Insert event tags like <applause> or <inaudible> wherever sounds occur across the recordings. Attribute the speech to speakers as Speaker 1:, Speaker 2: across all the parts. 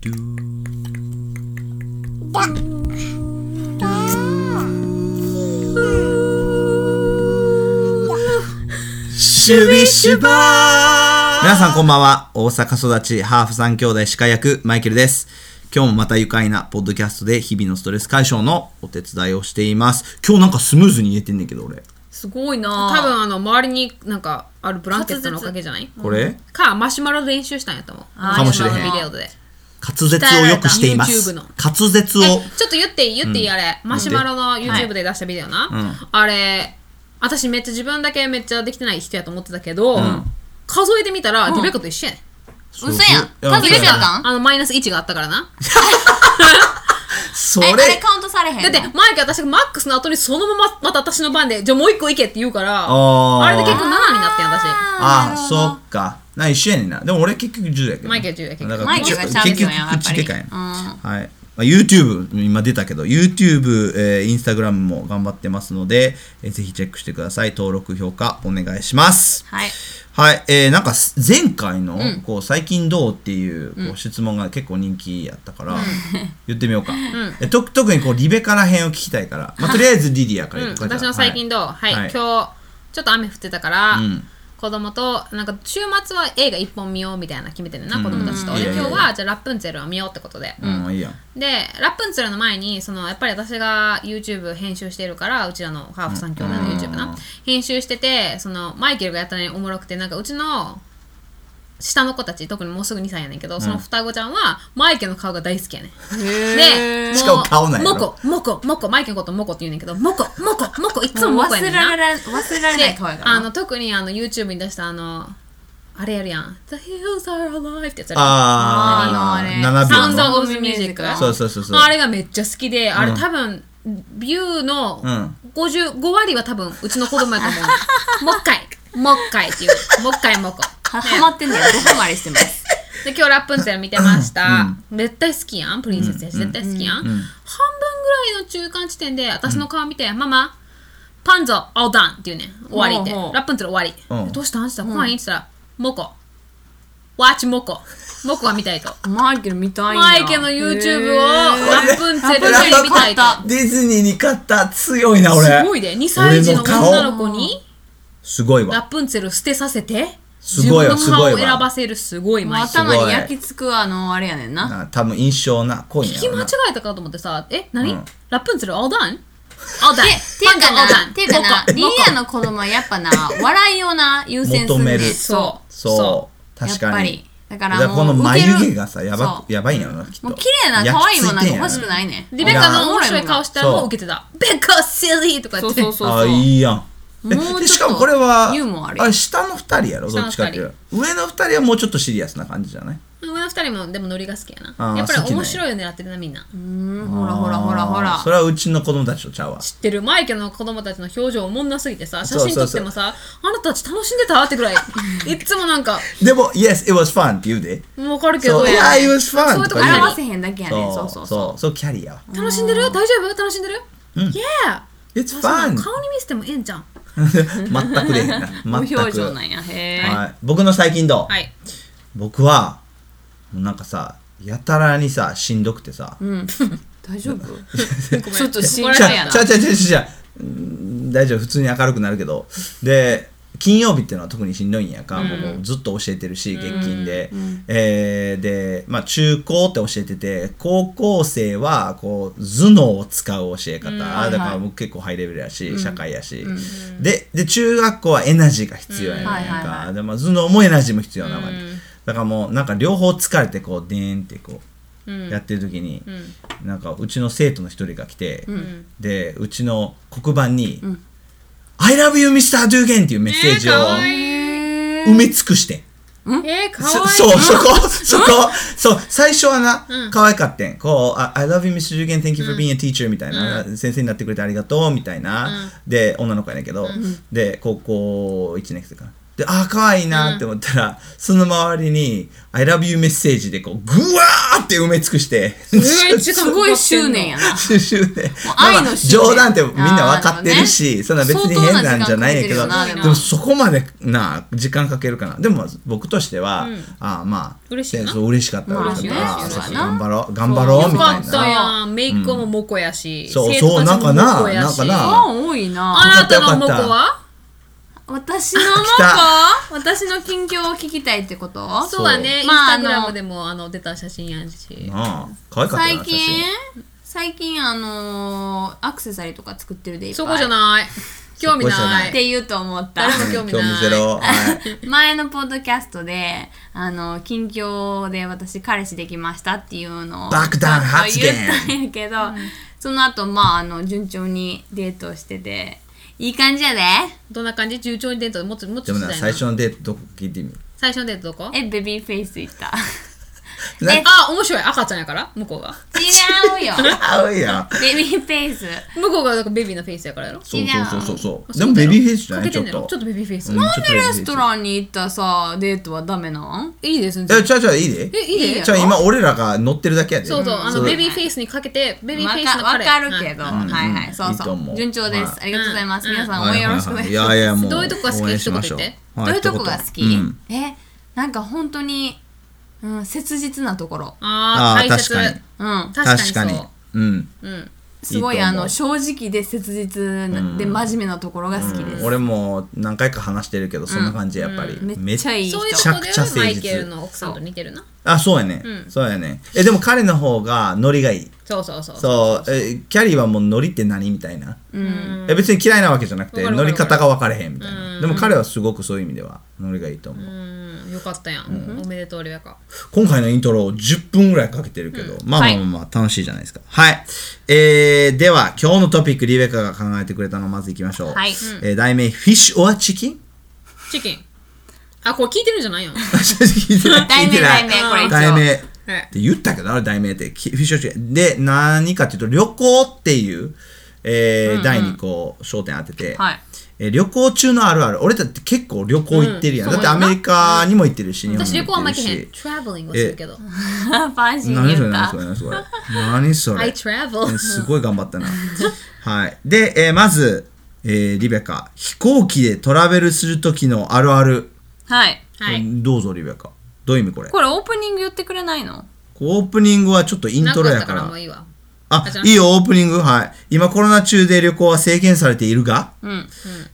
Speaker 1: ドゥー
Speaker 2: だだ
Speaker 1: シュビシュバー皆さんこんばんは大阪育ちハーフ三兄弟司会役マイケルです今日もまた愉快なポッドキャストで日々のストレス解消のお手伝いをしています今日なんかスムーズに言えてんねんけど俺
Speaker 3: すごいな
Speaker 2: 多分あの周りになんかあるブランケットのおかげじゃない
Speaker 1: これ
Speaker 2: かマシュマロで練習したんやと思う
Speaker 3: あー
Speaker 1: かもしれへん
Speaker 2: マシュマロビデオで
Speaker 1: 滑舌をよくしていま
Speaker 2: 鍛
Speaker 1: す
Speaker 2: えられ
Speaker 1: 滑舌を
Speaker 2: えちょっと言っていい言っていい、あれマシュマロの
Speaker 3: はい
Speaker 2: YouTube で出したビデオな、
Speaker 1: ん
Speaker 2: あれ私めっちゃ自分だけめっちゃできてない人やと思ってたけど、数えてみたら、ディベコと一緒やねん
Speaker 1: そう
Speaker 3: 嘘やん
Speaker 1: い
Speaker 3: 数えてやったん
Speaker 2: あのマイナス1があったからな
Speaker 1: そ
Speaker 3: え
Speaker 1: れ
Speaker 3: あれカウントされへんの
Speaker 2: だってマイク私がマックスの後にそのまままた私の番でじゃあもう一個いけって言うから
Speaker 1: あー
Speaker 2: あれで結構7になってん私
Speaker 1: ああ
Speaker 3: ー
Speaker 1: そっかな一緒やねんなでも俺結局10やけど
Speaker 2: マイケル10や結局
Speaker 1: だから
Speaker 3: マイケルがちゃうけ
Speaker 1: 結
Speaker 3: ど
Speaker 1: 局
Speaker 3: なやっぱ
Speaker 1: 口
Speaker 3: り
Speaker 1: でかいな
Speaker 3: うん
Speaker 1: はい、まあ、YouTube 今出たけど YouTube、えー、Instagram も頑張ってますので、えーぜひチェックしてください登録評価お願いします
Speaker 3: はい
Speaker 1: はい、えー、なんかす前回の、こう最近どうっていうこう質問が結構人気やったから、言ってみようか、えと特にこうリベから辺を聞きたいから、まあ、とりあえずリリアから
Speaker 2: う
Speaker 1: 言う、
Speaker 2: ん
Speaker 1: か、
Speaker 2: 私の最近どう、はい
Speaker 1: はい
Speaker 2: 今日ちょっと雨降ってたから、
Speaker 1: ん
Speaker 2: 子供となんか週末は映画1本見ようみたいな決めてんねんな、
Speaker 1: ん
Speaker 2: 子供たちと、
Speaker 1: い
Speaker 2: で
Speaker 1: やいやいや
Speaker 2: 今日はじゃあラップンツェルを見ようってことで、
Speaker 1: うん、うん、いいやん
Speaker 2: でラップンツェルの前にそのやっぱり私が YouTube 編集してるからうちらのハーフ三兄弟の YouTube
Speaker 1: う
Speaker 2: な、
Speaker 1: ん
Speaker 2: 編集しててそのマイケルがやったのにおもろくてなんかうちの下の子たち特にもうすぐ2歳やねんけど、その双子ちゃんはマイケルの顔が大好きやねんで、もう
Speaker 1: しかも顔なんやろ
Speaker 2: モコ、モコ、モコ、マイケルのことモコって言うねんけど、モコ、モコ、モコ、いつも
Speaker 3: もう
Speaker 2: モコや
Speaker 3: 忘れ
Speaker 2: ねん
Speaker 3: ら
Speaker 2: な。
Speaker 3: れ忘れられない
Speaker 2: で
Speaker 3: 顔やか、ら
Speaker 2: あ
Speaker 3: な
Speaker 2: の、特にあの、YouTube に出したあの、あれやるやん。The Hills Are Alive ってやつやる
Speaker 1: あ
Speaker 3: あのあ
Speaker 1: ー
Speaker 3: れ
Speaker 1: 7秒
Speaker 2: サ
Speaker 1: の
Speaker 2: ウンドオブミュージッ
Speaker 3: そ
Speaker 2: ク。
Speaker 3: う
Speaker 1: そうそうそうそう
Speaker 2: あれがめっちゃ好きで、あれ
Speaker 1: うん
Speaker 2: 多分、ビューの
Speaker 1: うん
Speaker 2: 55割は多分、うちの子供やと思
Speaker 3: <laughs>
Speaker 2: う。もっかい、もっかいっていう。もっかいもこ。
Speaker 3: はハマってんだよどこまでしてます
Speaker 2: で今日ラップンツェル見てました、絶対好きやんプリンセスやし、絶対好きやん、半分ぐらいの中間地点で私の顔見て、ママパンゾ all done って言うねん終わりって
Speaker 3: ほうほう
Speaker 2: ラップンツェル終わり、
Speaker 1: うん
Speaker 2: どうしたんした怖いんって言ったらモコワッチモコモコが見たいと
Speaker 3: マイケル見たいな
Speaker 2: <laughs> マイケルの YouTube をラップンツェル
Speaker 3: ラッ
Speaker 2: で
Speaker 3: プ
Speaker 2: 見たいと
Speaker 3: ラップ
Speaker 1: ディズニーに勝った強いな俺
Speaker 2: すごいで2歳児の女の子に
Speaker 1: すごい
Speaker 2: ラ
Speaker 1: わ
Speaker 2: ップンツェル捨てさせて
Speaker 1: すごいわ
Speaker 2: 自分の顔
Speaker 1: す
Speaker 2: を
Speaker 1: ごいわ
Speaker 2: 選ばせるすごい
Speaker 3: もう
Speaker 2: マイケル
Speaker 3: 頭に焼き付くあのあれやねんな
Speaker 1: な多分印象な濃いん
Speaker 2: 聞
Speaker 1: や
Speaker 2: き
Speaker 1: ろ
Speaker 2: 間違
Speaker 1: な
Speaker 2: えたかと思ってさ、え、何、
Speaker 1: うん
Speaker 2: ラップンツェル <laughs> all done? all done!
Speaker 3: ていうか
Speaker 2: パンダ all
Speaker 3: な
Speaker 2: done!
Speaker 3: ていうかな
Speaker 2: モコ
Speaker 3: リニアの子供はやっぱな笑いをな優先す
Speaker 1: 求
Speaker 3: る
Speaker 1: め
Speaker 3: ね
Speaker 1: る
Speaker 2: そ
Speaker 1: そう
Speaker 3: やっ
Speaker 1: 確
Speaker 3: ぱ
Speaker 1: か
Speaker 3: り
Speaker 1: に
Speaker 3: だか
Speaker 1: だ
Speaker 3: ら
Speaker 1: から
Speaker 3: もう
Speaker 1: この眉
Speaker 3: 受け
Speaker 1: 毛
Speaker 3: る
Speaker 1: がさやば
Speaker 3: そう
Speaker 1: やばいんやろなきっと
Speaker 3: もう綺麗な可愛いもなんか欲しく
Speaker 1: い
Speaker 3: ないね
Speaker 2: リベッカの面白い顔したらもう受けてた。ベッカセリーとか言って。
Speaker 3: そうそうそう
Speaker 1: あいいやんえ
Speaker 3: もうちょっと
Speaker 1: でしかもこれは
Speaker 3: ユーモアある
Speaker 1: あれ下の二人やろ
Speaker 2: 下
Speaker 1: ど
Speaker 2: の
Speaker 1: っ
Speaker 2: 二
Speaker 1: ち
Speaker 2: 人
Speaker 1: かっていうと上の二人はもうちょっとシリアスな感じじゃない
Speaker 2: 上の二人もでもノリが好きや
Speaker 1: あー
Speaker 2: な。やっぱり
Speaker 1: 好きね
Speaker 2: 面白いを狙ってるな、みんな。
Speaker 3: うんほらほらほらほら
Speaker 1: あーそれはうちの子供たちとちゃうわ
Speaker 2: 知ってるマイケルの子供たちの表情おもんなすぎてさ、写
Speaker 1: そうそう
Speaker 2: 真
Speaker 1: そ
Speaker 2: 撮
Speaker 1: う
Speaker 2: ってもさ、あなたたち楽しんでたってぐらい。いっつもなんか、
Speaker 1: でも Yes it was fun って言うで
Speaker 2: もうわかるけ
Speaker 1: そ
Speaker 2: ど。
Speaker 1: う Yeah it was
Speaker 2: そうい
Speaker 1: fun
Speaker 2: う
Speaker 1: と
Speaker 2: と
Speaker 1: か
Speaker 2: こ
Speaker 1: 言う
Speaker 3: 表
Speaker 1: わ
Speaker 3: せへんだけやねそうそうそう
Speaker 1: そうそうキャリアは
Speaker 2: 楽しんでる大丈夫楽しんでる ?Yeah!
Speaker 1: It's
Speaker 2: あそうな
Speaker 1: fun
Speaker 2: の顔に見せてもええんじゃん。
Speaker 1: <laughs> 全くでへんな
Speaker 3: <laughs> 無
Speaker 1: 全く
Speaker 3: 表情なんやへえ
Speaker 1: はい、僕の最近どう、
Speaker 2: はい。
Speaker 1: 僕はもうなんかさやたらにさしんどくてさ、うん、
Speaker 3: <laughs> 大丈夫
Speaker 2: ごめん
Speaker 3: ちょっと心
Speaker 1: ちゃ
Speaker 3: 配やな
Speaker 1: ちゃちゃちゃちゃうん大丈夫普通に明るくなるけどで金曜日っていうのは特にしんどいんやか、僕ずっと教えてるし月金で、えーで、まあ、中高って教えてて高校生はこう頭脳を使う教え方、
Speaker 3: はい
Speaker 1: だから僕結構ハイレベルやし、社会やし、でで中学校はエナジーが必要やねんやんか、
Speaker 3: うんはいはいは
Speaker 1: でまあ、頭脳もエナジーも必要なわけ、だからもうなんか両方疲れてこうでーんってこう、やってる時に、なんかうちの生徒の一人が来て、でうちの黒板に「I love you Mr. Dugan」っていうメッセージを
Speaker 2: えーかわいい
Speaker 1: 埋め尽くして。
Speaker 2: えー、かわ
Speaker 1: そ
Speaker 2: いい。
Speaker 1: そう、そ
Speaker 2: <laughs>
Speaker 1: こ、そこ、そう、最初はな、可愛かってん。こう、あ I love you, Mr. Jugen, thank you for being a teacher みたいな、先生になってくれてありがとうみたいな、で、女の子やねんけど、で、高校1年生かな。であー可愛いなって思ったら、その周りに「I love you」メッセージでこうぐわーって埋め尽くして
Speaker 2: えー、
Speaker 3: すごい執念やな。
Speaker 1: 集ね
Speaker 3: 愛の
Speaker 1: まあまあ
Speaker 3: 執念
Speaker 1: 冗談ってみんな分かってるし
Speaker 3: あー
Speaker 1: そんな別に変なんじゃないんやけど
Speaker 3: 相当な時間かけてるよなで
Speaker 1: で
Speaker 3: も
Speaker 1: もそこまでな時間かけるかなでも僕としては、あーまあ
Speaker 2: 嬉しいな
Speaker 1: でそう嬉しかった
Speaker 3: まあ
Speaker 1: 嬉しかっ
Speaker 2: ね
Speaker 1: たあーそう
Speaker 3: そうやな
Speaker 1: 頑張ろう頑張ろう
Speaker 3: そう
Speaker 1: みた
Speaker 2: か
Speaker 1: い
Speaker 2: った
Speaker 1: な
Speaker 2: やん。メイクもモコやし。
Speaker 1: そう
Speaker 2: 生徒たちも
Speaker 1: そうなんかな
Speaker 2: モコやし
Speaker 1: なんかな
Speaker 3: ファン多いな。
Speaker 2: あなたのモコは
Speaker 3: 私のモ
Speaker 1: 来
Speaker 3: コ私の近況を聞きたいってこと
Speaker 1: そう
Speaker 2: そうやね。イン
Speaker 3: まあ
Speaker 2: スタ
Speaker 3: あの
Speaker 2: グラムでもあの出た写真やんし。
Speaker 1: なあ可愛かった
Speaker 3: 最
Speaker 1: よな写
Speaker 3: 近
Speaker 1: 真
Speaker 3: 最近あのーアクセサリーとか作ってるでいっぱい
Speaker 2: そこじゃない。興味
Speaker 1: そこじゃな
Speaker 2: ないい。
Speaker 3: って言うと思った <laughs>
Speaker 2: 誰も興味ない
Speaker 1: うんゼロはい
Speaker 3: 前のポッドキャストであの近況で私彼氏できましたっていうのを
Speaker 1: 爆弾発
Speaker 3: <laughs> ちょ
Speaker 1: 言
Speaker 3: っと言ったんやけど、その後まああの順調にデートをしてていい感じやで
Speaker 2: どんな感じ重調にデートもっともっ
Speaker 1: で
Speaker 2: と
Speaker 1: も
Speaker 2: したい
Speaker 1: な
Speaker 2: な
Speaker 1: 最初のデートどこ聞いてみる
Speaker 2: 最初のデートどこ
Speaker 3: えベビーフェイスいった
Speaker 1: な
Speaker 3: え
Speaker 2: あ、面白い。赤ちゃんやから、向こうが。
Speaker 3: 違う
Speaker 2: <laughs>
Speaker 3: よ
Speaker 1: 合うやん
Speaker 3: ベビーフェイス
Speaker 2: 向こうがなんかベビーのフェイスやからやろ。
Speaker 1: そうそうそうそうそう
Speaker 2: そ
Speaker 1: で
Speaker 2: う
Speaker 1: も
Speaker 2: だ
Speaker 1: ベ
Speaker 2: よ
Speaker 1: ビーフェイスじゃな
Speaker 2: か
Speaker 1: い
Speaker 2: け
Speaker 1: ちょ
Speaker 2: てん
Speaker 1: っ
Speaker 2: だよ
Speaker 1: と
Speaker 2: ちょっとベビーフェイス。
Speaker 1: なんで
Speaker 3: レストランに行ったさデートはダメなん
Speaker 2: いいですね。
Speaker 1: えちゃうちゃういいで
Speaker 2: え、いいで
Speaker 1: じゃあ今俺らが乗ってるだけやで
Speaker 2: そうそう、あのベビーフェイスにかけて、ベビーフェイスの彼
Speaker 3: わかわかるけど、
Speaker 2: はい
Speaker 1: ん
Speaker 3: はいはい、そう
Speaker 1: いいと
Speaker 3: そ
Speaker 1: 思
Speaker 3: う。
Speaker 1: う
Speaker 3: 順調です。
Speaker 1: はい
Speaker 3: ありがとうございます。皆さん応
Speaker 1: はい
Speaker 3: 援よ
Speaker 1: はい
Speaker 3: ろしくお
Speaker 1: は
Speaker 3: 願い
Speaker 1: いい
Speaker 3: します。
Speaker 1: やいやもう
Speaker 2: どういうとこが好き
Speaker 1: 応援しましょ
Speaker 2: 一言言って
Speaker 3: <laughs>
Speaker 1: は
Speaker 3: どういうとこが好き、
Speaker 1: うん
Speaker 3: え、なんか本当に、うん、切実なところ。
Speaker 2: ああ、
Speaker 1: あー
Speaker 2: 大切。
Speaker 1: 確かに
Speaker 3: うん。
Speaker 2: 確かに
Speaker 1: 確かに
Speaker 2: そう
Speaker 1: うん
Speaker 2: うん。
Speaker 3: すごい
Speaker 1: いいと
Speaker 3: あ
Speaker 1: 思う
Speaker 3: の、正直で切実なで真面目なところが好きです。
Speaker 1: 俺も何回か話してるけどそんな感じやっぱり
Speaker 3: めっちゃいい人
Speaker 2: そう
Speaker 3: め
Speaker 2: いうと
Speaker 1: ちゃ
Speaker 2: こ
Speaker 1: く
Speaker 2: で
Speaker 1: ちゃ
Speaker 2: は
Speaker 1: 誠
Speaker 2: マイケル
Speaker 1: 実
Speaker 2: の奥さんと似てるな。
Speaker 1: あそうやねそうやねえでも彼の方がノリがいい
Speaker 2: そうそうそう。
Speaker 1: そうえキャリーはもうノリって何みたいな
Speaker 3: うん。
Speaker 1: え別に嫌いなわけじゃなくて
Speaker 2: わかる
Speaker 1: 乗
Speaker 2: わか
Speaker 1: り
Speaker 2: る
Speaker 1: 方が分かれへんみたいうなんでも彼はすごくそういう意味では乗りがいいと思う、
Speaker 2: うん、よかったやん。おめでとう、リベカ。
Speaker 1: 今回のイントロを10分ぐらいかけてるけど、まあまあまあまあ、楽しいじゃないですかはい、えー、では今日のトピックリベカが考えてくれたのまずいきましょう、
Speaker 3: はい
Speaker 1: えー題名「フィッシュ・オア・チキン <laughs>
Speaker 2: チキン。あ、これ聞いてるんじゃないよ。」
Speaker 1: 聞いてない
Speaker 3: 題
Speaker 1: 聞い
Speaker 3: 名、
Speaker 1: てな
Speaker 3: 題
Speaker 1: い
Speaker 3: 名、これ一応。
Speaker 1: 題名っ
Speaker 2: はい。
Speaker 1: て言ったけどあれ題名ってきフィッシュ・オア・チキンで何かっていうと旅行っていう、えー題にこう焦点当てて、
Speaker 3: はい。 <laughs>
Speaker 1: えー旅行中のあるある俺だって結構旅行行ってるやん、
Speaker 2: うん
Speaker 1: だってアメリカにも行ってるし、日本
Speaker 2: 私、
Speaker 1: に
Speaker 2: 旅
Speaker 1: も行
Speaker 2: 行はあんま
Speaker 1: ってるし
Speaker 2: 行けへん。traveling はするけど。
Speaker 3: パンシー
Speaker 1: 何
Speaker 3: に
Speaker 1: そ
Speaker 3: 言
Speaker 1: れ
Speaker 3: っ
Speaker 1: 何
Speaker 3: た
Speaker 1: そ。れ何それ何そ
Speaker 2: <laughs> I
Speaker 1: れ
Speaker 2: travel.
Speaker 1: すごい頑張ったなはいで、えーまず、えーリベカ飛行機でトラベルする時のあるある、
Speaker 3: はい。
Speaker 2: はい。
Speaker 1: どうぞリベカどういう意味これ
Speaker 3: これオープニング言ってくれないの
Speaker 1: オープニングはちょっとイン
Speaker 2: な
Speaker 1: トロ
Speaker 2: か
Speaker 1: や
Speaker 2: った
Speaker 1: か
Speaker 2: かららもういいわ。
Speaker 1: あ
Speaker 2: あじゃあ
Speaker 1: いいよオープニングはい今コロナ中で旅行は制限されているが
Speaker 3: うん。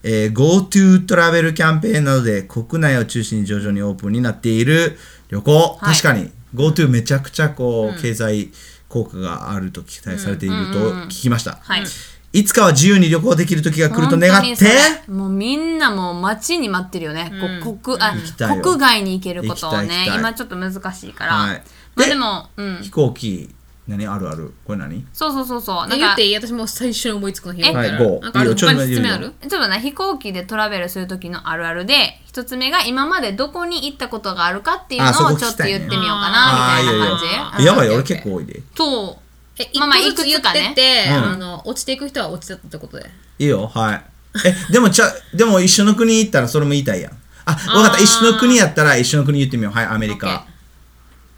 Speaker 1: えー GoTo トラベルキャンペーンなどで国内を中心に徐々にオープンになっている旅行、
Speaker 3: い
Speaker 1: 確かに GoTo めちゃくちゃこう、経済効果があると期待されていると聞きました、
Speaker 3: はい。
Speaker 1: いつかは自由に旅行できる時が来ると願って
Speaker 3: 本当にそれもうみんなもう待ちに待ってるよね、こ国あ
Speaker 1: きたいよ
Speaker 3: 国外に行けることを
Speaker 1: 行きたい
Speaker 3: ね
Speaker 1: 行きたい
Speaker 3: 今ちょっと難しいから、
Speaker 1: はい
Speaker 3: まあ
Speaker 1: で
Speaker 3: でも、うん、
Speaker 1: 飛行機何あるあるこれ何
Speaker 3: そうそうそうそうな
Speaker 2: え
Speaker 3: ん
Speaker 2: 言っ
Speaker 3: か
Speaker 2: て
Speaker 3: ち
Speaker 2: いい私もう最初に思いつくの日
Speaker 3: え
Speaker 2: から。
Speaker 1: はい五
Speaker 2: なんか
Speaker 1: い
Speaker 2: あ
Speaker 1: い
Speaker 2: る
Speaker 1: よちょ
Speaker 2: 他
Speaker 1: っと
Speaker 2: に説明
Speaker 1: 言う
Speaker 2: ある
Speaker 1: よ
Speaker 3: ょっとね飛行機でトラベルする時のあるあるで一つ目が今までどこに行ったことがあるかっていう
Speaker 1: あそ
Speaker 3: の
Speaker 1: こ
Speaker 3: を
Speaker 1: 聞
Speaker 3: ちょっ
Speaker 1: き
Speaker 3: と
Speaker 1: たいね
Speaker 3: 言ってみようかなみたいな感じ、
Speaker 2: あー
Speaker 3: うん
Speaker 1: やばいよ
Speaker 2: オ
Speaker 1: 俺
Speaker 2: ッケー
Speaker 1: 結構多いで
Speaker 3: と
Speaker 2: え、
Speaker 3: まあまあ
Speaker 2: 一個ずつ言
Speaker 3: いく
Speaker 2: って
Speaker 3: つか
Speaker 2: って、
Speaker 1: うん
Speaker 2: あの、落ちていく人は落ちてたってことで。
Speaker 1: いいよはいえでもちゃでも一緒の国行ったらそれも言いたいやんあわかった一緒の国やったら一緒の国言ってみようはいアメリ
Speaker 2: オッ
Speaker 1: カ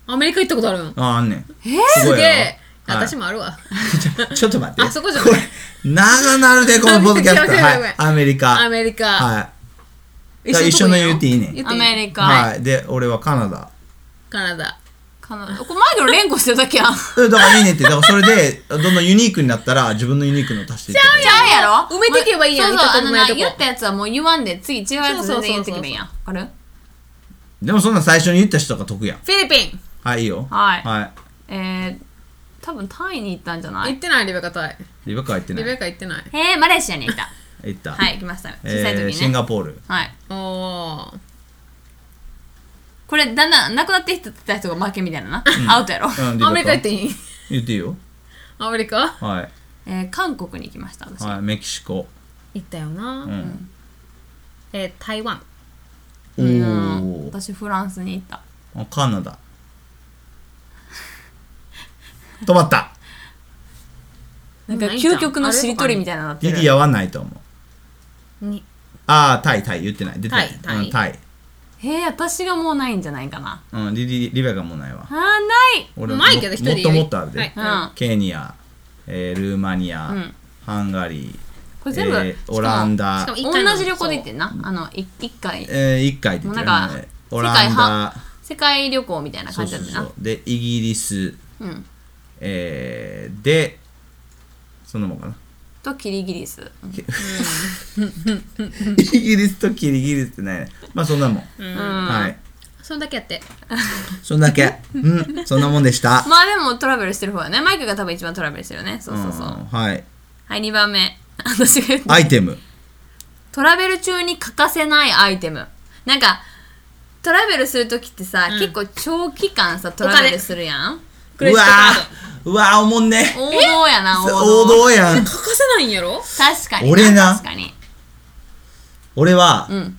Speaker 2: アメリカ行ったことあるん
Speaker 1: あああんねん
Speaker 2: すげ
Speaker 1: やろ
Speaker 2: え。
Speaker 1: はい
Speaker 2: 私もあ
Speaker 1: <laughs>
Speaker 2: るわ。
Speaker 1: ちょっと待って。
Speaker 2: あそこじゃな
Speaker 1: こ
Speaker 2: い
Speaker 1: れ、長なるで、このポッドキャスト。
Speaker 2: ごめんごめんごめん
Speaker 1: はい。アメリカ。
Speaker 2: アメリカ
Speaker 1: はい。だから一緒の
Speaker 2: とこ
Speaker 1: 言うていいねん
Speaker 2: 言っ
Speaker 3: ア
Speaker 2: ていい
Speaker 3: メリカ、
Speaker 1: はい。で、俺はカナダ。
Speaker 2: カナダ。
Speaker 3: カナダこれ前から連呼してるだけやんち
Speaker 1: えだからいいねって。だからそれで、どんどんユニークになったら、自分のユニークの足していってもいい。
Speaker 3: ゃうやろ
Speaker 2: 埋めてけばいいやん
Speaker 3: そうそう
Speaker 2: 行った
Speaker 3: あ
Speaker 2: こと
Speaker 3: の
Speaker 2: ない
Speaker 3: な
Speaker 2: とこ
Speaker 3: 言ったやつはもう言わんで次違うやつ全然言ってけばいいやんわかる
Speaker 1: でもそんなん最初に言った人が得やん。
Speaker 2: フィリピン
Speaker 1: はい、いいよ。
Speaker 3: はい
Speaker 1: は
Speaker 3: えー、多分タイに行ったんじゃない
Speaker 2: 行ってないリベカタイ。
Speaker 1: い。リベカは行ってな
Speaker 2: リベ
Speaker 1: い。
Speaker 2: カ行ってない。
Speaker 3: えー、マレーシアに行
Speaker 1: <laughs>
Speaker 3: った。
Speaker 1: 行った。
Speaker 3: はい、行きました。小さい時
Speaker 1: えー
Speaker 3: に
Speaker 1: シン
Speaker 3: ね。
Speaker 1: ガポール。
Speaker 3: はい。
Speaker 2: おー。
Speaker 3: これ、だんだん、なくなってきた人が負けみたいなな。アウトやろ。
Speaker 1: うん
Speaker 2: アメリカ行って
Speaker 1: いい
Speaker 2: いい
Speaker 1: 言っていいよ。
Speaker 2: アメリカ
Speaker 1: は
Speaker 3: えー、韓国に行きました、私。
Speaker 1: い。はい。メキシコ。
Speaker 2: 行ったよ
Speaker 1: う
Speaker 2: な。
Speaker 1: ん。
Speaker 2: えー、台湾。
Speaker 1: お
Speaker 3: うん
Speaker 1: ー。
Speaker 3: 私、フランスに行った。
Speaker 1: あカナダ。止まった。
Speaker 3: なんか、
Speaker 2: ないじゃん
Speaker 3: 究極のしりとりみたいなのになって
Speaker 1: リ
Speaker 3: る。
Speaker 1: ディアはないと思う。
Speaker 2: に
Speaker 1: ああ、タイ、タイ言ってない。出てない。
Speaker 2: タイタイ
Speaker 1: うん、タイ。
Speaker 3: えー、私がもうないんじゃないかな。
Speaker 1: うん、リリリベカもうないわ
Speaker 3: あ。ー、ない
Speaker 1: 俺
Speaker 2: うまいけど一人で
Speaker 1: もっともっとあるで。
Speaker 2: はい
Speaker 3: うん。
Speaker 1: ケニア、えールーマニア、
Speaker 3: ん
Speaker 1: ハンガリー、
Speaker 3: これ全部
Speaker 1: えーオランダ
Speaker 2: しか、も一回の
Speaker 3: 同じ旅行で行ってんな。あの、い一回。
Speaker 1: えー、一回出
Speaker 3: もう
Speaker 1: て
Speaker 3: なん
Speaker 1: るよ
Speaker 3: か
Speaker 1: ね、
Speaker 3: 世
Speaker 1: オ
Speaker 3: 界
Speaker 1: ラン
Speaker 3: は
Speaker 1: ダ、
Speaker 3: 世界旅行みたいな
Speaker 1: そ
Speaker 3: 感
Speaker 1: う
Speaker 3: じ
Speaker 1: そ
Speaker 3: だ
Speaker 1: う
Speaker 3: った
Speaker 1: そ
Speaker 3: な
Speaker 1: う。。で、イギリス、
Speaker 3: うん。
Speaker 1: えー、で、そんなもんかな。
Speaker 3: と、キリギリス。うん
Speaker 1: <laughs> イギリスとキリギリスってないね。まあそんなもん。はい。
Speaker 2: そんだけやって
Speaker 1: そんだけ。うん。そんなもんでした。
Speaker 3: <laughs> まあでもトラベルしてる方やね。マイクが多分一番トラベルしてるよね。そうそうそう。
Speaker 1: んはい。
Speaker 3: はい、2番目。 <laughs> 私が言った
Speaker 1: アイテム。
Speaker 3: トラベル中に欠かせないアイテム。なんか、トラベルするときってさ、結構長期間さ、トラベルするやん。
Speaker 2: クレジットカー
Speaker 1: うわーうわーおもんね。
Speaker 3: 王道やな、王道。
Speaker 1: 王道やん。
Speaker 2: 欠かせないんやろ
Speaker 3: 確かに。
Speaker 1: 俺な
Speaker 3: 確かに。
Speaker 1: 俺は、
Speaker 3: ん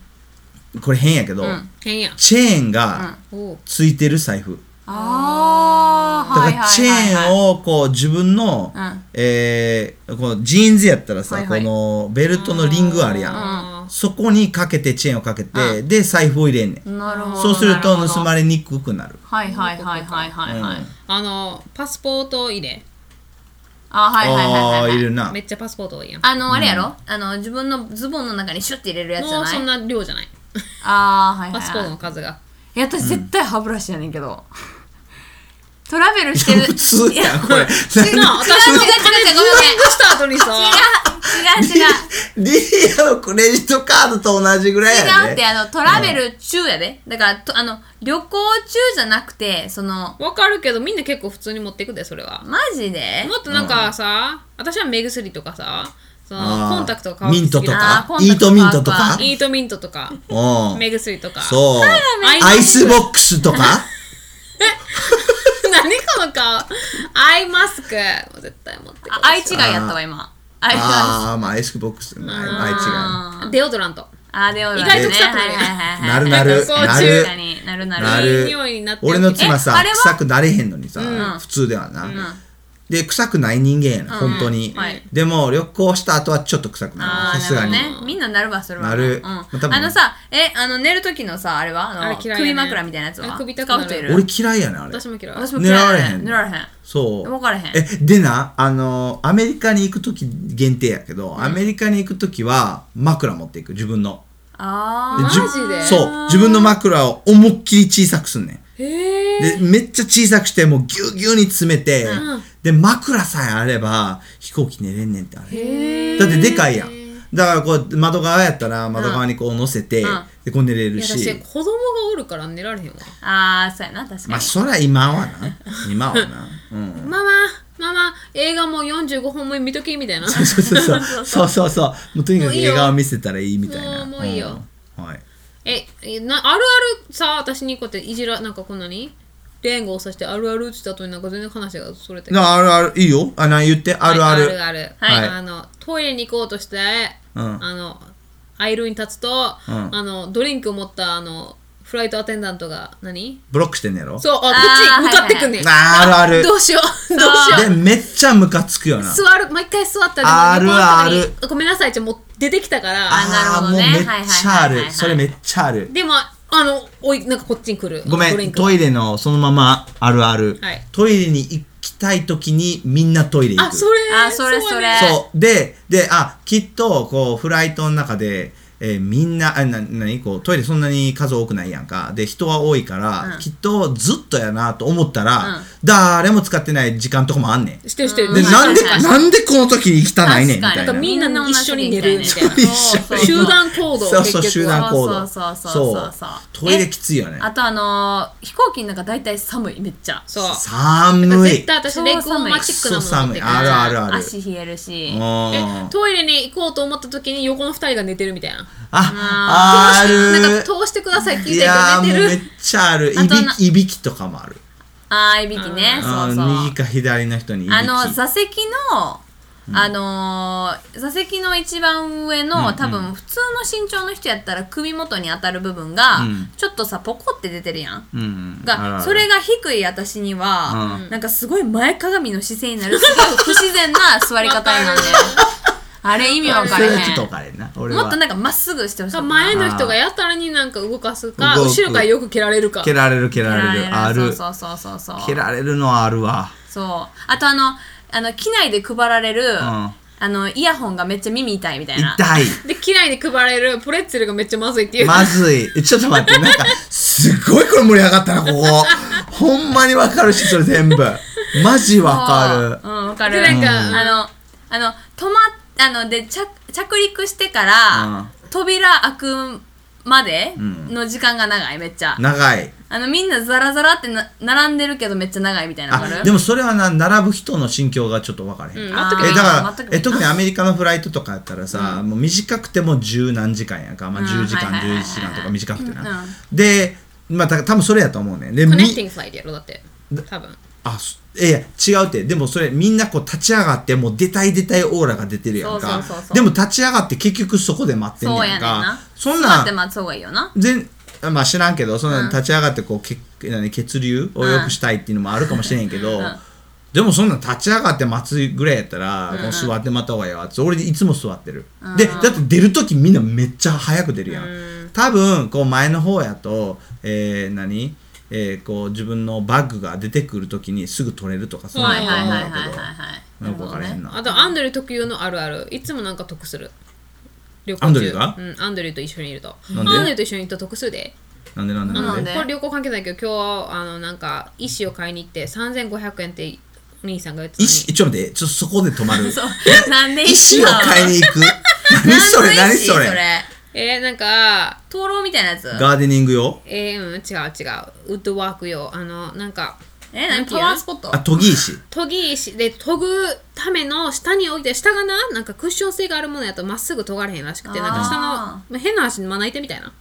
Speaker 1: これ変やけど、
Speaker 3: ん
Speaker 2: 変やん
Speaker 1: チェーンが
Speaker 2: おう
Speaker 1: ついてる財布。
Speaker 3: あー、
Speaker 1: だ
Speaker 3: はいはいは
Speaker 1: か
Speaker 3: い、
Speaker 1: ら
Speaker 3: はい。
Speaker 1: チェーンをこう自分の、
Speaker 3: うん
Speaker 1: えーこのジーンズやったらさ、
Speaker 3: はいはい
Speaker 1: このベルトのリングあるやん、そこにかけてチェーンをかけて、で財布を入れんねん、
Speaker 3: なるほど。
Speaker 1: そうすると
Speaker 3: なほど
Speaker 1: 盗まれにくくなる
Speaker 3: はいはいはいはいはいはい。
Speaker 1: うん
Speaker 2: あのパスポート入れ
Speaker 3: あ、はいはいはい
Speaker 1: あ
Speaker 3: は
Speaker 1: あ
Speaker 3: い
Speaker 1: い
Speaker 3: はい。
Speaker 1: るな
Speaker 2: めっちゃパスポート多いやん
Speaker 3: あの、あれやろあの、自分のズボンの中にシュッて入れるやつじゃ
Speaker 2: もう
Speaker 3: な
Speaker 2: そん
Speaker 3: い
Speaker 2: な量じゃない
Speaker 3: あー、はいは
Speaker 2: パ
Speaker 3: い
Speaker 2: スポート
Speaker 3: は
Speaker 2: の
Speaker 3: <laughs>
Speaker 2: 数が
Speaker 3: い。いや、私絶対歯ブラシやねんけど。 <laughs> トラベルしてる。
Speaker 1: 普通
Speaker 3: <laughs>
Speaker 1: やんこれ
Speaker 2: な <laughs> あ私も金ズボンした後にさ
Speaker 3: 違う
Speaker 1: <laughs>
Speaker 3: 違う違う。
Speaker 1: リリアのクレジットカードと同じぐらいや
Speaker 3: 違う
Speaker 1: ね
Speaker 3: ってあのトラベル中やで、だからとあの旅行中じゃなくてその
Speaker 2: わかるけどみんな結構普通に持ってくでそれは
Speaker 3: マジで
Speaker 2: もっとなんかさ、私は目薬とかさその
Speaker 1: あー
Speaker 2: コンタクトが乾
Speaker 1: ミ
Speaker 2: き
Speaker 1: ン
Speaker 2: す
Speaker 1: ト
Speaker 2: ぎ
Speaker 1: と
Speaker 2: た
Speaker 3: あ
Speaker 1: か
Speaker 3: ーコンタクト
Speaker 1: イートミントと
Speaker 3: 乾
Speaker 1: か
Speaker 3: く
Speaker 2: イートミントとか
Speaker 1: うん
Speaker 2: 目薬とか
Speaker 1: そうアイスボックスとか
Speaker 2: <laughs> 何この顔アイマスクもう絶対持ってく
Speaker 3: あ愛違いやったわ今愛違い
Speaker 1: ああまあアイスボックスまあアイ違い
Speaker 3: あ
Speaker 2: デオドラント
Speaker 3: あでもね
Speaker 2: 意外と臭くなるやん
Speaker 3: はいはいはい
Speaker 1: なるな
Speaker 2: なん
Speaker 1: る
Speaker 2: かこう
Speaker 1: な
Speaker 2: 中
Speaker 1: る
Speaker 3: 確かになるなる
Speaker 1: ない
Speaker 2: い
Speaker 1: る
Speaker 2: 匂いになってる
Speaker 1: 俺の妻
Speaker 3: え
Speaker 1: さ
Speaker 3: あれは
Speaker 1: 臭くなれへんのにさ、普通ではな、で臭くない人間やな、本当に、
Speaker 3: はい
Speaker 1: でも旅行した後はちょっと臭く
Speaker 3: あ
Speaker 1: なる
Speaker 3: ー
Speaker 1: さすがに、
Speaker 3: なるほどねみんななるわそれは
Speaker 1: なる
Speaker 3: うん、あ
Speaker 1: 多分
Speaker 3: のさえあの寝る時のさあれはあ
Speaker 2: あ
Speaker 3: の
Speaker 2: れ嫌いやね
Speaker 3: 首枕みたいなやつは
Speaker 2: あ首痛くな
Speaker 3: 使
Speaker 2: る
Speaker 3: う人いる
Speaker 1: 俺嫌いやねんあれ
Speaker 2: 私も嫌い
Speaker 3: 私も嫌いやね
Speaker 1: 寝られへん
Speaker 3: 寝られへん
Speaker 1: そう
Speaker 3: 分からへん
Speaker 1: えでなあのアメリカに行く時限定やけど、アメリカに行く時は枕持っていく自分の
Speaker 3: あ
Speaker 1: で
Speaker 2: マ
Speaker 1: じゅ
Speaker 2: ジで
Speaker 1: そう自分の枕を思いっきり小さくすんねんでめっちゃ小さくしてもうギュうギュうに詰めて、で枕さえあれば飛行機寝れんねんってあれだってでかいやんだからこう窓側やったら窓側にこう乗せて、
Speaker 3: うん
Speaker 1: でこう寝れる
Speaker 2: いや
Speaker 1: し、
Speaker 2: 私子供がおるから寝られへんわ
Speaker 3: ーあーそうやな確かに、
Speaker 1: まあそりゃ今はな今はなうん
Speaker 2: ママママ映画もう45本目見ときみたいな
Speaker 1: そうそうそうそうそうそうもうとにか
Speaker 2: も
Speaker 1: く
Speaker 2: ういいよ
Speaker 1: 映画を見せたらいいみたいな
Speaker 2: もうもういいよ
Speaker 1: うんはい
Speaker 2: ええなあるあるさ私にこうやっていじらなんかこんなにレンゴをさしてあるあるって言った後になんか全然話がそれて
Speaker 1: だからあるあるいいよあ何言ってあるある、
Speaker 2: あるある、
Speaker 1: はい
Speaker 2: あのトイレに行こうとして、
Speaker 1: うん
Speaker 2: あのアイルに立つと、
Speaker 1: ん
Speaker 2: あのドリンクを持ったあのフライトアテンダントが何
Speaker 1: ブロックしてんねやろ
Speaker 2: そうあこ
Speaker 3: あー
Speaker 2: っち向かってくんねん、
Speaker 1: あーあるある
Speaker 2: どうしようどうしよ
Speaker 1: でめっちゃムカつくよな
Speaker 2: う座る毎回座った
Speaker 1: あるある
Speaker 2: 横の人にごめんなさいってもう出てきたから
Speaker 3: あなるほどね
Speaker 1: あーもうめっちゃあ
Speaker 3: はいはいはいはい
Speaker 1: るそれめっちゃある
Speaker 2: でもあのおいなんかこっちに来る
Speaker 1: ごめ
Speaker 2: ドリン
Speaker 1: ん
Speaker 2: ク
Speaker 1: トイレのそのままあるある、
Speaker 2: はい
Speaker 1: トイレに行きたい時にみんなトイレ行く
Speaker 2: あそれ
Speaker 3: あそれそれ
Speaker 2: うやね
Speaker 1: そうでであきっとこうフライトの中で、えーみんなあな何こうトイレそんなに数多くないやんかで人は多いから、きっとずっとやなと思ったら、誰も使ってない時間とかもあんねん。
Speaker 2: してるしてる
Speaker 1: で
Speaker 2: みん
Speaker 1: なんで
Speaker 3: 確かに
Speaker 1: なんでこの時に行きたないねんみ
Speaker 3: 確か
Speaker 1: た
Speaker 3: に
Speaker 1: いな。
Speaker 2: みんなの一緒に寝るみたいな
Speaker 1: 一緒に
Speaker 2: 集団行動
Speaker 1: そうそう
Speaker 2: 結局
Speaker 1: 集団行動
Speaker 3: そうそうそうそうそう
Speaker 1: トイレきついよね
Speaker 3: あとあのー飛行機の中大体寒いめっちゃ
Speaker 2: そう
Speaker 1: 寒い
Speaker 2: 絶対私レッグオンマチックなも
Speaker 1: そ
Speaker 2: の持ってく
Speaker 1: う寒いあるあるある
Speaker 3: 足冷えるし
Speaker 1: あ
Speaker 2: えトイレに行こうと思った時に横の二人が寝てるみたいな
Speaker 1: ああ
Speaker 2: なんか
Speaker 1: る
Speaker 2: 通してくださいって
Speaker 1: い
Speaker 2: 言った
Speaker 1: やー
Speaker 2: け
Speaker 1: も
Speaker 2: ど
Speaker 1: う
Speaker 2: 寝
Speaker 1: め
Speaker 2: て
Speaker 1: っ
Speaker 2: る
Speaker 1: ちゃあるい
Speaker 3: あとな
Speaker 1: びいびきとかもある
Speaker 3: あーいびきね
Speaker 1: あ
Speaker 3: そう
Speaker 1: ー
Speaker 3: そう
Speaker 1: 右か左の人にいびき
Speaker 3: あの座席のあのー座席の一番上の多分普通の身長の人やったら首元に当たる部分が
Speaker 1: ん
Speaker 3: ちょっとさポコって出てるやん
Speaker 1: うんうんあるあ
Speaker 3: が
Speaker 1: る
Speaker 3: それが低い私には
Speaker 1: う <laughs>
Speaker 3: なんかすごい前かがみの姿勢になるすごい不自然な座り方になるんだよあれ意味わか
Speaker 1: そ
Speaker 3: れ
Speaker 1: れ
Speaker 3: へ
Speaker 1: はちょっと
Speaker 3: ん
Speaker 1: 分かれんな俺
Speaker 3: もっ
Speaker 1: は
Speaker 3: となんかまっすぐしてほしい
Speaker 2: が前の人がやたらになんか動かすか
Speaker 1: 動く
Speaker 2: 後ろからよく蹴られるか
Speaker 1: 蹴られる蹴られるある
Speaker 3: そうそうそうそうそ
Speaker 1: 蹴
Speaker 3: う
Speaker 1: られるのはあるわ
Speaker 3: そうあとあのあの機内で配られる、あのイヤホンがめっちゃ耳痛いみたいな
Speaker 1: 痛い
Speaker 2: で機内で配られるプレッツェルがめっちゃまずいっていう、
Speaker 1: まずいちょっと待ってなんかすごいこれ盛り上がったなここほんまにわかるしそれ全部マジわか
Speaker 3: る。うん、わかる。
Speaker 2: でなんかうん
Speaker 3: あの、あの、止まっ、あの、で、着着陸してか
Speaker 1: うん
Speaker 3: ら、扉開くまでの時間が長い、めっちゃ
Speaker 1: る。長い
Speaker 3: あの、みんなザラザラってな並んでるけど、めっちゃ長いみたいなのわか
Speaker 1: あ
Speaker 3: る
Speaker 1: でもそれはな並ぶ人の心境がちょっと分からへん、
Speaker 2: うん、
Speaker 3: あ
Speaker 2: 待っ
Speaker 3: ー
Speaker 2: と
Speaker 1: え
Speaker 2: け
Speaker 1: だ
Speaker 2: ば
Speaker 1: か
Speaker 3: 全
Speaker 1: ら
Speaker 3: く
Speaker 1: え特にアメリカのフライトとかやったらさ、もう短くても十何時間やんか、まあ、
Speaker 3: うん
Speaker 1: 10時間、
Speaker 3: はいはいはいはい
Speaker 1: 11時間とか短くてな、
Speaker 3: うん
Speaker 1: でまあた多分それやと思うねんで
Speaker 2: コ
Speaker 1: み
Speaker 2: ネクティングフライトやろだって多分
Speaker 1: あそいやいや違うってでもそれみんなこう立ち上がってもう出たい出たいオーラが出てるやん
Speaker 3: そ
Speaker 1: か
Speaker 3: うそうそうそう
Speaker 1: でも立ち上がって結局そこで待ってん
Speaker 3: そう
Speaker 1: ね
Speaker 3: やね
Speaker 1: やん
Speaker 3: ん
Speaker 1: か
Speaker 3: な。
Speaker 1: そん
Speaker 3: 座
Speaker 1: な
Speaker 3: って
Speaker 1: ん
Speaker 3: 待つ方がいいよな。
Speaker 1: 全まあ知らんけどそんな立ち上がってこう血何血流を良くしたいっていうのもあるかもしれへんけど、でもそんなん立ち上がって待つぐらいやったら、こう座って待った方がいいわって俺いつも座ってる、でだって出る時みんなめっちゃ早く出るやん、多分こう前の方やと、えー何えーこう自分のバッグが出てくる時にすぐ取れるとかそん
Speaker 3: は
Speaker 1: ないん
Speaker 3: はい
Speaker 1: や
Speaker 3: はいはい
Speaker 1: と思
Speaker 3: はい
Speaker 1: うんや
Speaker 3: はい。
Speaker 1: けどよくわからへんな
Speaker 2: あとアンドリュー特有のあるあるいつもなんか得する旅行中
Speaker 1: アンドリューが
Speaker 2: うん、アンドリューと一緒にいると
Speaker 1: なん
Speaker 2: アン
Speaker 1: で
Speaker 2: ドリューと一緒にいると得するで
Speaker 1: なんでなんで
Speaker 3: な
Speaker 1: なんん
Speaker 3: で
Speaker 1: で
Speaker 2: これ旅行関係ないけど今日あのなんか石を買いに行って3500円ってお兄さんが言ってたのに
Speaker 1: 石ちょっと待ってちょっとそこで止ま <laughs>
Speaker 3: <laughs>
Speaker 1: る
Speaker 3: そう。なんで
Speaker 1: 石を買いに行く何それ何それ
Speaker 2: えー、なんか
Speaker 3: 灯籠みたいなやつ
Speaker 1: ガーデニング用
Speaker 2: えー、うん違う違うウッドワーク用あのなんか
Speaker 3: え、な
Speaker 2: なんん
Speaker 3: か
Speaker 2: て
Speaker 3: パ
Speaker 2: いう
Speaker 3: ワースポット
Speaker 1: あ研ぎ石
Speaker 2: 研ぎ石で研ぐための下に置いて下がななんかクッション性があるものやとまっすぐ研がれへんらしくてなんか下の
Speaker 3: あ
Speaker 2: まあ変な話まな板みたいな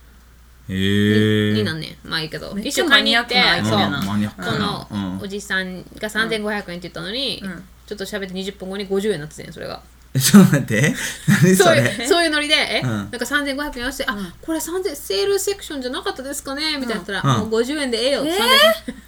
Speaker 1: へえ
Speaker 2: になんねんまあいいけど
Speaker 3: めっち
Speaker 2: 一
Speaker 3: ゃ
Speaker 2: 緒に買いに行って
Speaker 3: マニアックなアイテ
Speaker 2: そ
Speaker 3: ムや
Speaker 2: う
Speaker 3: な
Speaker 1: マニアック
Speaker 2: こ
Speaker 1: やな
Speaker 2: の
Speaker 1: う
Speaker 2: お
Speaker 1: ん
Speaker 2: じさんが3500円って言ったのに、
Speaker 3: ん
Speaker 2: ちょっと喋って20分後に50円になってたんやそれが。
Speaker 1: えちょっと待って何そ
Speaker 2: そう
Speaker 1: れ
Speaker 2: いうそういうノリで、え、
Speaker 1: うん
Speaker 2: なんか3500円押して、あこれ3000セールセクションじゃなかったですかねみたいなったら、
Speaker 1: うん
Speaker 2: もう50円でええよ、
Speaker 3: えー
Speaker 2: 3000、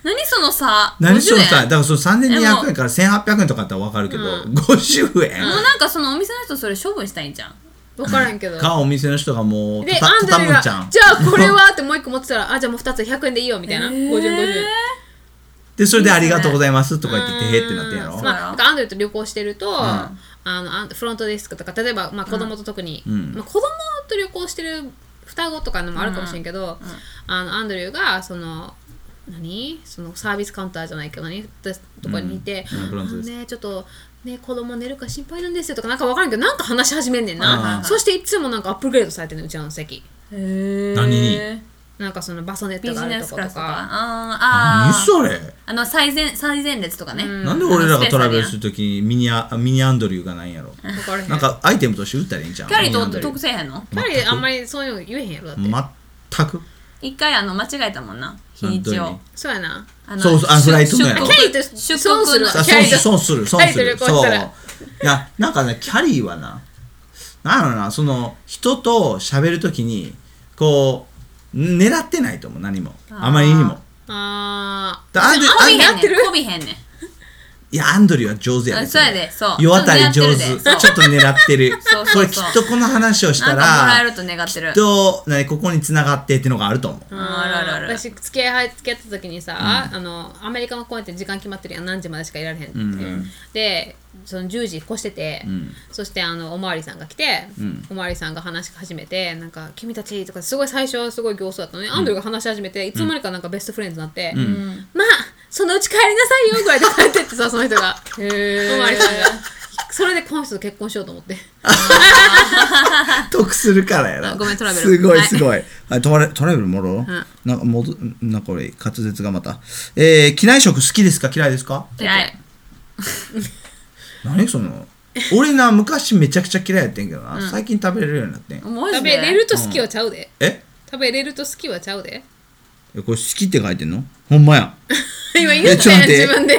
Speaker 3: 何そのさ
Speaker 1: 何そのさ
Speaker 3: も
Speaker 1: だからその3200円から1800円とかだったら分かるけど、50円、
Speaker 3: うなんかそのお店の人それ処分したいんじゃん
Speaker 2: 分からんけど。
Speaker 1: かお店の人がもう
Speaker 2: で、
Speaker 1: た
Speaker 2: アンド
Speaker 1: た
Speaker 2: レ
Speaker 1: む
Speaker 2: が、
Speaker 1: んち
Speaker 2: じ
Speaker 1: ゃ
Speaker 2: ゃ
Speaker 1: ん
Speaker 2: あこれはってもう一個持って
Speaker 1: <laughs>
Speaker 2: たら、あ、じゃあもう2つ100円でいいよみたいな、50円、50円。
Speaker 1: でそれで「ありがとうございます」とか言って「てへ」ってなってんやろ、
Speaker 2: まあ、
Speaker 3: うやろ
Speaker 2: なんかアンドレと旅行してると、あのあんフロントデスクとか例えば、まあ、子供と特に、まあ、子供と旅行してる双子とかのもあるかもしれんけど、あのアンドリューがその何そのサービスカウンターじゃないけど何ってとこにいて、
Speaker 1: うんうんフロントデスク
Speaker 2: あのねちょっと。ね、子供寝るか心配なんですよとかなんか分からんけどなんか話し始めんねん
Speaker 1: はいはいは
Speaker 2: ないそしていつもなんかアップグレードされてるのうちらの席
Speaker 3: へえ
Speaker 1: 何に
Speaker 2: なんかそのバソネッ
Speaker 3: ビ
Speaker 2: トが
Speaker 3: ジ
Speaker 2: あ
Speaker 3: ネ
Speaker 2: ると
Speaker 3: ス
Speaker 2: こ
Speaker 3: クラ
Speaker 2: とか
Speaker 3: スとか
Speaker 1: 何
Speaker 3: あーあー
Speaker 1: それ
Speaker 3: あの最前最前列とかね、
Speaker 1: なんで俺らがトラベルするときにミニアミニアンドリューがないんやろ
Speaker 2: 分からへん
Speaker 1: なんかアイテムとして売ったらいいんじゃん
Speaker 3: キャリー
Speaker 1: ミニア
Speaker 3: と
Speaker 1: ンドリュ
Speaker 3: 得せえへんの
Speaker 2: 彼あんまりそういうの言えへんやろだって、
Speaker 1: ー全く
Speaker 3: 一回あの間違えたもんな日にち
Speaker 1: どういう意
Speaker 3: を
Speaker 1: 味
Speaker 2: そうやな
Speaker 3: あの
Speaker 1: そうそうあ
Speaker 3: 出
Speaker 1: フライトのやろ
Speaker 3: 出
Speaker 2: キ
Speaker 3: 国
Speaker 2: ャリーって
Speaker 3: 出国
Speaker 2: 損する
Speaker 3: の
Speaker 1: あ
Speaker 2: キャ
Speaker 1: 損
Speaker 2: リーと
Speaker 1: 損する損す
Speaker 2: キャリ
Speaker 1: る
Speaker 2: ーと旅行
Speaker 1: そう
Speaker 2: した
Speaker 1: い
Speaker 2: ら
Speaker 1: やなんかねキャリーはななんやろなその人と喋るときにこう狙ってないと思う何も
Speaker 3: あー
Speaker 1: あまりにも
Speaker 2: あー
Speaker 1: だアンドリュー
Speaker 2: あ
Speaker 1: ア
Speaker 3: 媚びへん
Speaker 1: ンドリュー
Speaker 2: やって
Speaker 3: ね
Speaker 2: る
Speaker 3: ん媚びへんねん
Speaker 1: いやアンドリューは上手や
Speaker 3: あ
Speaker 1: ね
Speaker 3: そうやでそう
Speaker 1: 世渡り
Speaker 3: ちょっ
Speaker 1: 上
Speaker 3: と狙
Speaker 1: 手
Speaker 3: ってるで
Speaker 1: ちょ
Speaker 3: そう <laughs> そうそうそう
Speaker 1: っと狙ってるこれきっとこの話をした
Speaker 3: なん
Speaker 1: ら
Speaker 3: かもらえると願ってる
Speaker 1: きっとねここに繋がってっていうのがあると思う
Speaker 2: うん
Speaker 3: あるあるある
Speaker 2: 私付き合い付き合った時にさ、あのアメリカの公園って時間決まってるやん何時までしかいられへんって、でその10時越してて、そしてあのおまわりさんが来て、おまわりさんが話し始めてなんか「君たち」とかすごい最初はすごい形相だったのに、アンドリューが話し始めていつの間にかなんかベストフレンズになって「まあそのうち帰りなさいよ」ぐらいで帰ってってさその人が
Speaker 3: へー
Speaker 2: おまわりさんがそれでこの人と結婚しようと思って。
Speaker 1: 得するからやな
Speaker 2: あごめんトラベル
Speaker 1: すごい
Speaker 2: はい
Speaker 1: すごい、あトラトラベルもろ、なんかもどなんか俺滑舌がまたえー、機内食好きですか嫌いですか
Speaker 3: 嫌い
Speaker 1: 何そ
Speaker 2: <laughs>
Speaker 1: の俺な昔めちゃくちゃ嫌いやってんけどな、最近食べれるようになってん
Speaker 3: マジ
Speaker 2: 食
Speaker 3: で
Speaker 2: べれると好きはちゃうで、
Speaker 1: え
Speaker 2: 食べれると好きはちゃうで
Speaker 1: えこれ好きって書いてんのほんま
Speaker 2: <laughs>
Speaker 1: や
Speaker 2: 今言
Speaker 1: え
Speaker 2: っ
Speaker 1: ち
Speaker 2: た
Speaker 1: ょっ
Speaker 2: やん
Speaker 1: と待って
Speaker 2: 自分で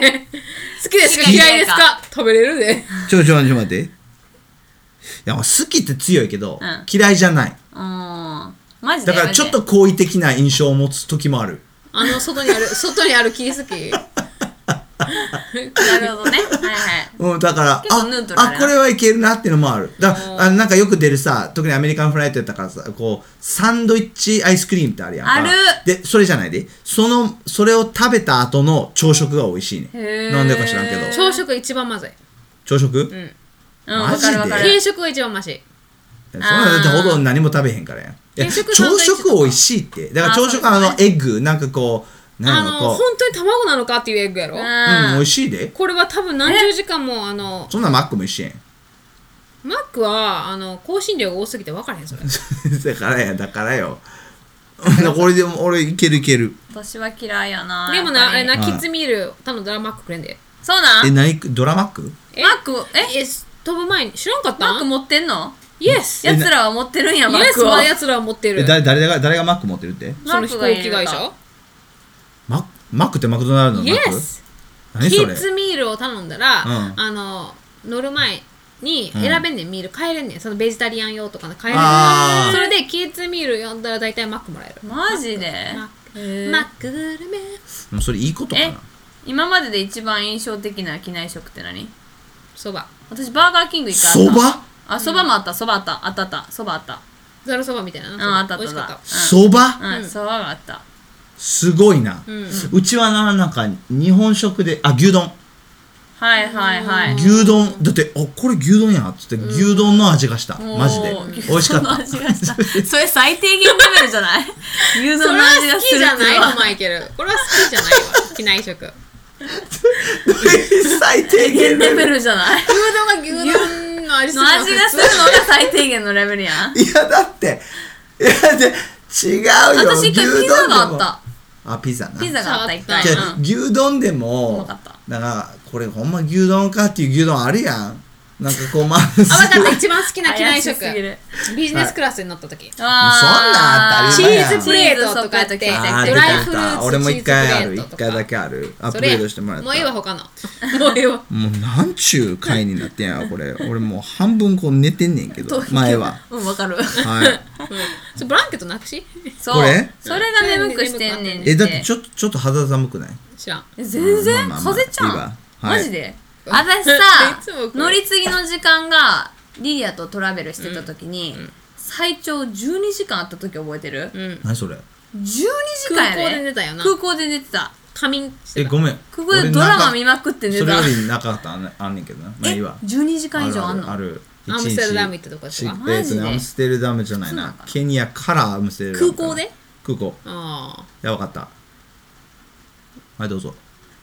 Speaker 2: 好きです
Speaker 3: 好
Speaker 2: か
Speaker 3: き
Speaker 2: 嫌いですか食べれるで
Speaker 1: ちょちょちょ待っていや好きって強いけど、
Speaker 3: うん
Speaker 1: 嫌いじゃない
Speaker 3: うんマジで
Speaker 1: だからちょっと好意的な印象を持つ時もある
Speaker 2: あの外にある外にある木好き
Speaker 3: なるほどね。はいはい。
Speaker 1: うん、だから、
Speaker 3: 結構ヌートラル
Speaker 1: あ、
Speaker 3: な
Speaker 1: あ、これはいけるなっていうのもある。だあなんかよく出るさ、特にアメリカンフライトやったからさ、こう、サンドイッチアイスクリームってあるやんか。
Speaker 3: ある
Speaker 1: で、それじゃないで。その、それを食べた後の朝食が美味しい
Speaker 3: へ
Speaker 1: ね。
Speaker 3: ー
Speaker 1: なんでか知らんけど。
Speaker 2: 朝食一番まずい
Speaker 1: 朝食、い
Speaker 3: うん、
Speaker 1: マ
Speaker 3: わ
Speaker 1: ジで
Speaker 3: かるわかる
Speaker 2: 軽。食が一番ましい
Speaker 1: やそんなだってほとんど何も食べへんからやん。いや
Speaker 2: 定
Speaker 1: 朝
Speaker 2: 食サンドイッチとか
Speaker 1: 食美味しいって。だから
Speaker 3: あ
Speaker 1: 朝食、
Speaker 3: そ
Speaker 1: あ
Speaker 3: うです
Speaker 1: の、エッグ、なんかこう、な
Speaker 2: あ
Speaker 1: んか
Speaker 2: の
Speaker 1: こ
Speaker 2: 本当に卵なのかっていうエッグやろ
Speaker 1: う、うん、美
Speaker 3: う
Speaker 1: 味しいで。
Speaker 2: これは多分何十時間もあの
Speaker 1: そんなマックも一緒やん。 <laughs>
Speaker 2: マックはあの香辛料が多すぎて分からへんそれ
Speaker 1: だからや、だからよ。 <laughs> これでも俺いけるいける。
Speaker 3: ん。私は嫌いやな。
Speaker 2: でも
Speaker 3: やっ
Speaker 2: なあ
Speaker 3: ぱり
Speaker 2: れな
Speaker 1: はい
Speaker 2: キッズミール他のドラマックくれんで
Speaker 3: そうなん
Speaker 1: え、何ドラマック
Speaker 2: え
Speaker 3: マック、え
Speaker 2: えす飛ぶ前に知らんかった
Speaker 3: マック持ってんの
Speaker 2: イエスイエ
Speaker 3: 奴らは持ってるんや、マッ
Speaker 2: ス
Speaker 3: クを
Speaker 2: は。やつらは持って
Speaker 1: え
Speaker 2: る
Speaker 1: 誰誰が誰がマック持ってるって
Speaker 2: その飛行
Speaker 3: マック
Speaker 2: 機会
Speaker 3: がいる
Speaker 2: 社
Speaker 1: マックマックってマクドナルドの
Speaker 2: イ
Speaker 1: マ
Speaker 2: エ
Speaker 1: ック
Speaker 2: ス
Speaker 1: 何
Speaker 2: キ
Speaker 1: そ
Speaker 2: ッ
Speaker 1: れ
Speaker 2: ズミールを頼んだら、
Speaker 1: うん
Speaker 2: あの乗る前に
Speaker 1: うん
Speaker 2: 選べんねん、ミール買えれんねんそのベジタリアン用とかの買え
Speaker 1: あー
Speaker 2: れんねんそれでキッズミール呼んだら大体マックもらえる
Speaker 3: マジで
Speaker 2: マッ
Speaker 3: へ
Speaker 2: ク
Speaker 3: ー
Speaker 2: マックグルメ
Speaker 1: もうそれいいことか
Speaker 3: え
Speaker 1: な、
Speaker 3: 今までで一番印象的な機内食って何
Speaker 2: そば
Speaker 3: 私、バーガーキング一回あった。
Speaker 1: そば
Speaker 3: あ、そばもあった、そばあった、あったあった、そばあった。
Speaker 2: ざるそばみたいな
Speaker 3: うん、あったあっ
Speaker 2: 美味しかった
Speaker 3: あ
Speaker 2: た
Speaker 1: そば
Speaker 3: った。うん、そばがあった。
Speaker 1: すごいな、うんちはななんか日本食であ牛丼
Speaker 3: はいはいはい。
Speaker 1: 牛丼だってあこれ牛丼やっつって牛丼の味がした、
Speaker 3: おー
Speaker 1: マジで美味しかっ
Speaker 3: その
Speaker 1: た
Speaker 3: 味がした。それ最低限レベルじゃ
Speaker 1: <laughs>
Speaker 3: ない牛
Speaker 2: そ
Speaker 3: 丼
Speaker 2: れ
Speaker 3: の
Speaker 2: は
Speaker 3: 味が
Speaker 2: 好
Speaker 3: す
Speaker 2: き
Speaker 3: る
Speaker 2: じゃ
Speaker 3: って
Speaker 2: ない
Speaker 3: のは
Speaker 2: よマイケルこれは好きじゃないわ機
Speaker 3: <laughs>
Speaker 2: 内食
Speaker 1: 最低限
Speaker 3: レ
Speaker 1: レベ
Speaker 3: ベ
Speaker 1: ル
Speaker 3: ルじゃない
Speaker 2: 牛丼が牛丼の味す
Speaker 3: の
Speaker 2: るの
Speaker 3: 味がするのが最低限のレベルやん。
Speaker 1: いやだっていやで違うよ
Speaker 3: 私一回ピザがあっ
Speaker 1: 牛丼でも
Speaker 3: た。
Speaker 1: あピザな
Speaker 3: ピザがあった一回。
Speaker 1: じゃ
Speaker 3: うん
Speaker 1: あ牛丼で
Speaker 3: うま
Speaker 1: も
Speaker 3: かった
Speaker 1: なんかこれほんま牛丼かっていう牛丼あるやんなんかこうまあ
Speaker 2: あわかった一番好きな機内
Speaker 3: 怪し
Speaker 2: 食
Speaker 3: すぎる
Speaker 2: ビジネスクラスに乗った時
Speaker 1: あー
Speaker 2: チ
Speaker 1: そんなん当たり前や
Speaker 2: ーズプレートとかあって
Speaker 3: チーズ
Speaker 1: <laughs> あー
Speaker 2: ド
Speaker 1: 出
Speaker 2: ライ
Speaker 1: た
Speaker 2: フ
Speaker 1: 出
Speaker 2: ルー
Speaker 1: た
Speaker 2: ツ
Speaker 1: 俺も一回ある
Speaker 2: チ
Speaker 1: 一
Speaker 2: ーズプレートとか
Speaker 1: 回だけあるアッ
Speaker 2: そ
Speaker 1: プ
Speaker 2: れ
Speaker 1: デ
Speaker 2: や
Speaker 1: ートしてもらった
Speaker 2: もういいわ他
Speaker 3: <laughs>
Speaker 2: のもういいわ
Speaker 1: もうなんちゅう回になってんやろこれ俺もう半分こう寝てんねんけど前は
Speaker 3: うん、わかる。
Speaker 2: <laughs>
Speaker 1: はい
Speaker 2: それブランケットなくし
Speaker 3: そう。
Speaker 1: これ
Speaker 3: それが眠くしてんねん
Speaker 1: えだってちょっとちょっと肌寒くない
Speaker 2: 知らん
Speaker 3: え全然、
Speaker 1: まあまあまあ
Speaker 3: 風ちゃ
Speaker 1: いい
Speaker 3: ん、
Speaker 1: わはい
Speaker 3: マジで私さ
Speaker 2: <laughs> いつもこれ
Speaker 3: 乗り継ぎの時間がリリアとトラベルしてた時に、最長12時間あった時覚えてる、
Speaker 2: うん
Speaker 1: 何それ
Speaker 3: 12時間や
Speaker 2: 空港で寝たよな
Speaker 3: 空港で寝てた
Speaker 2: 仮眠して
Speaker 1: え
Speaker 2: た
Speaker 1: ごめん
Speaker 3: 空港でドラマ見まくって寝
Speaker 1: そ
Speaker 3: た
Speaker 1: れよりなかったあんねあんねんけどなまあい
Speaker 3: え
Speaker 1: いわ
Speaker 3: 12時間以上あんの
Speaker 1: あるある
Speaker 2: アムステルダム行ったとこですか
Speaker 1: 一日
Speaker 3: マジで
Speaker 1: えっとねアムステルダムじゃない
Speaker 3: そうな
Speaker 1: なん
Speaker 3: か
Speaker 1: ケニアからアムステルダムかな
Speaker 3: 空港で
Speaker 1: 空港
Speaker 2: あ
Speaker 1: いやわかったはいどうぞ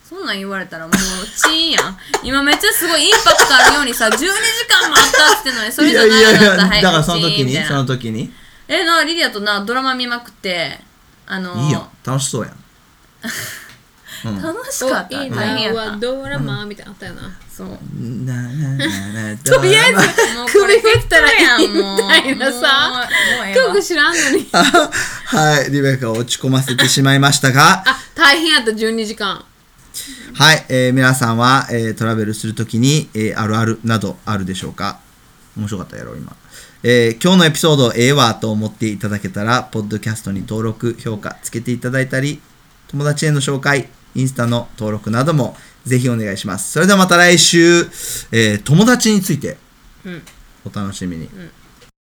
Speaker 3: そんなん言われたらもうチーンやん今めっちゃすごいインパクトあるようにさ12時間もあったって言ってんのにそれじゃない
Speaker 1: やいや
Speaker 3: んだった
Speaker 1: いやだからその時
Speaker 3: チー
Speaker 1: に
Speaker 3: ンみたいな
Speaker 1: その時に
Speaker 3: えなリリアとなドラマ見まくってあの
Speaker 1: いいよ楽しそう
Speaker 3: <laughs>
Speaker 1: やん
Speaker 3: 楽しか
Speaker 2: あ
Speaker 3: っ
Speaker 2: お
Speaker 3: た
Speaker 2: いい
Speaker 3: 大変
Speaker 2: な
Speaker 3: や
Speaker 2: は
Speaker 3: っ
Speaker 2: ドラマみたいなのあったよな
Speaker 3: たそう
Speaker 1: なななな
Speaker 2: とりあえず
Speaker 3: もうこ
Speaker 2: 首
Speaker 3: れ
Speaker 2: 振ったらいいみ
Speaker 3: もう
Speaker 2: たいな
Speaker 3: も
Speaker 2: さ
Speaker 3: うもうええわ
Speaker 2: 曲知らんのに
Speaker 1: <laughs> はいリベカを落ち込ませてしまいました
Speaker 3: <laughs>
Speaker 1: が
Speaker 2: あ大変やった12時間
Speaker 1: はい、えー皆さんは、えートラベルするときに、えーあるあるなどあるでしょうか面白かったやろ今、えー今日のエピソードええわと思っていただけたらポッドキャストに登録評価つけていただいたり友達への紹介インスタの登録などもぜひお願いしますそれではまた来週、えー友達について
Speaker 2: うん
Speaker 1: お楽しみに、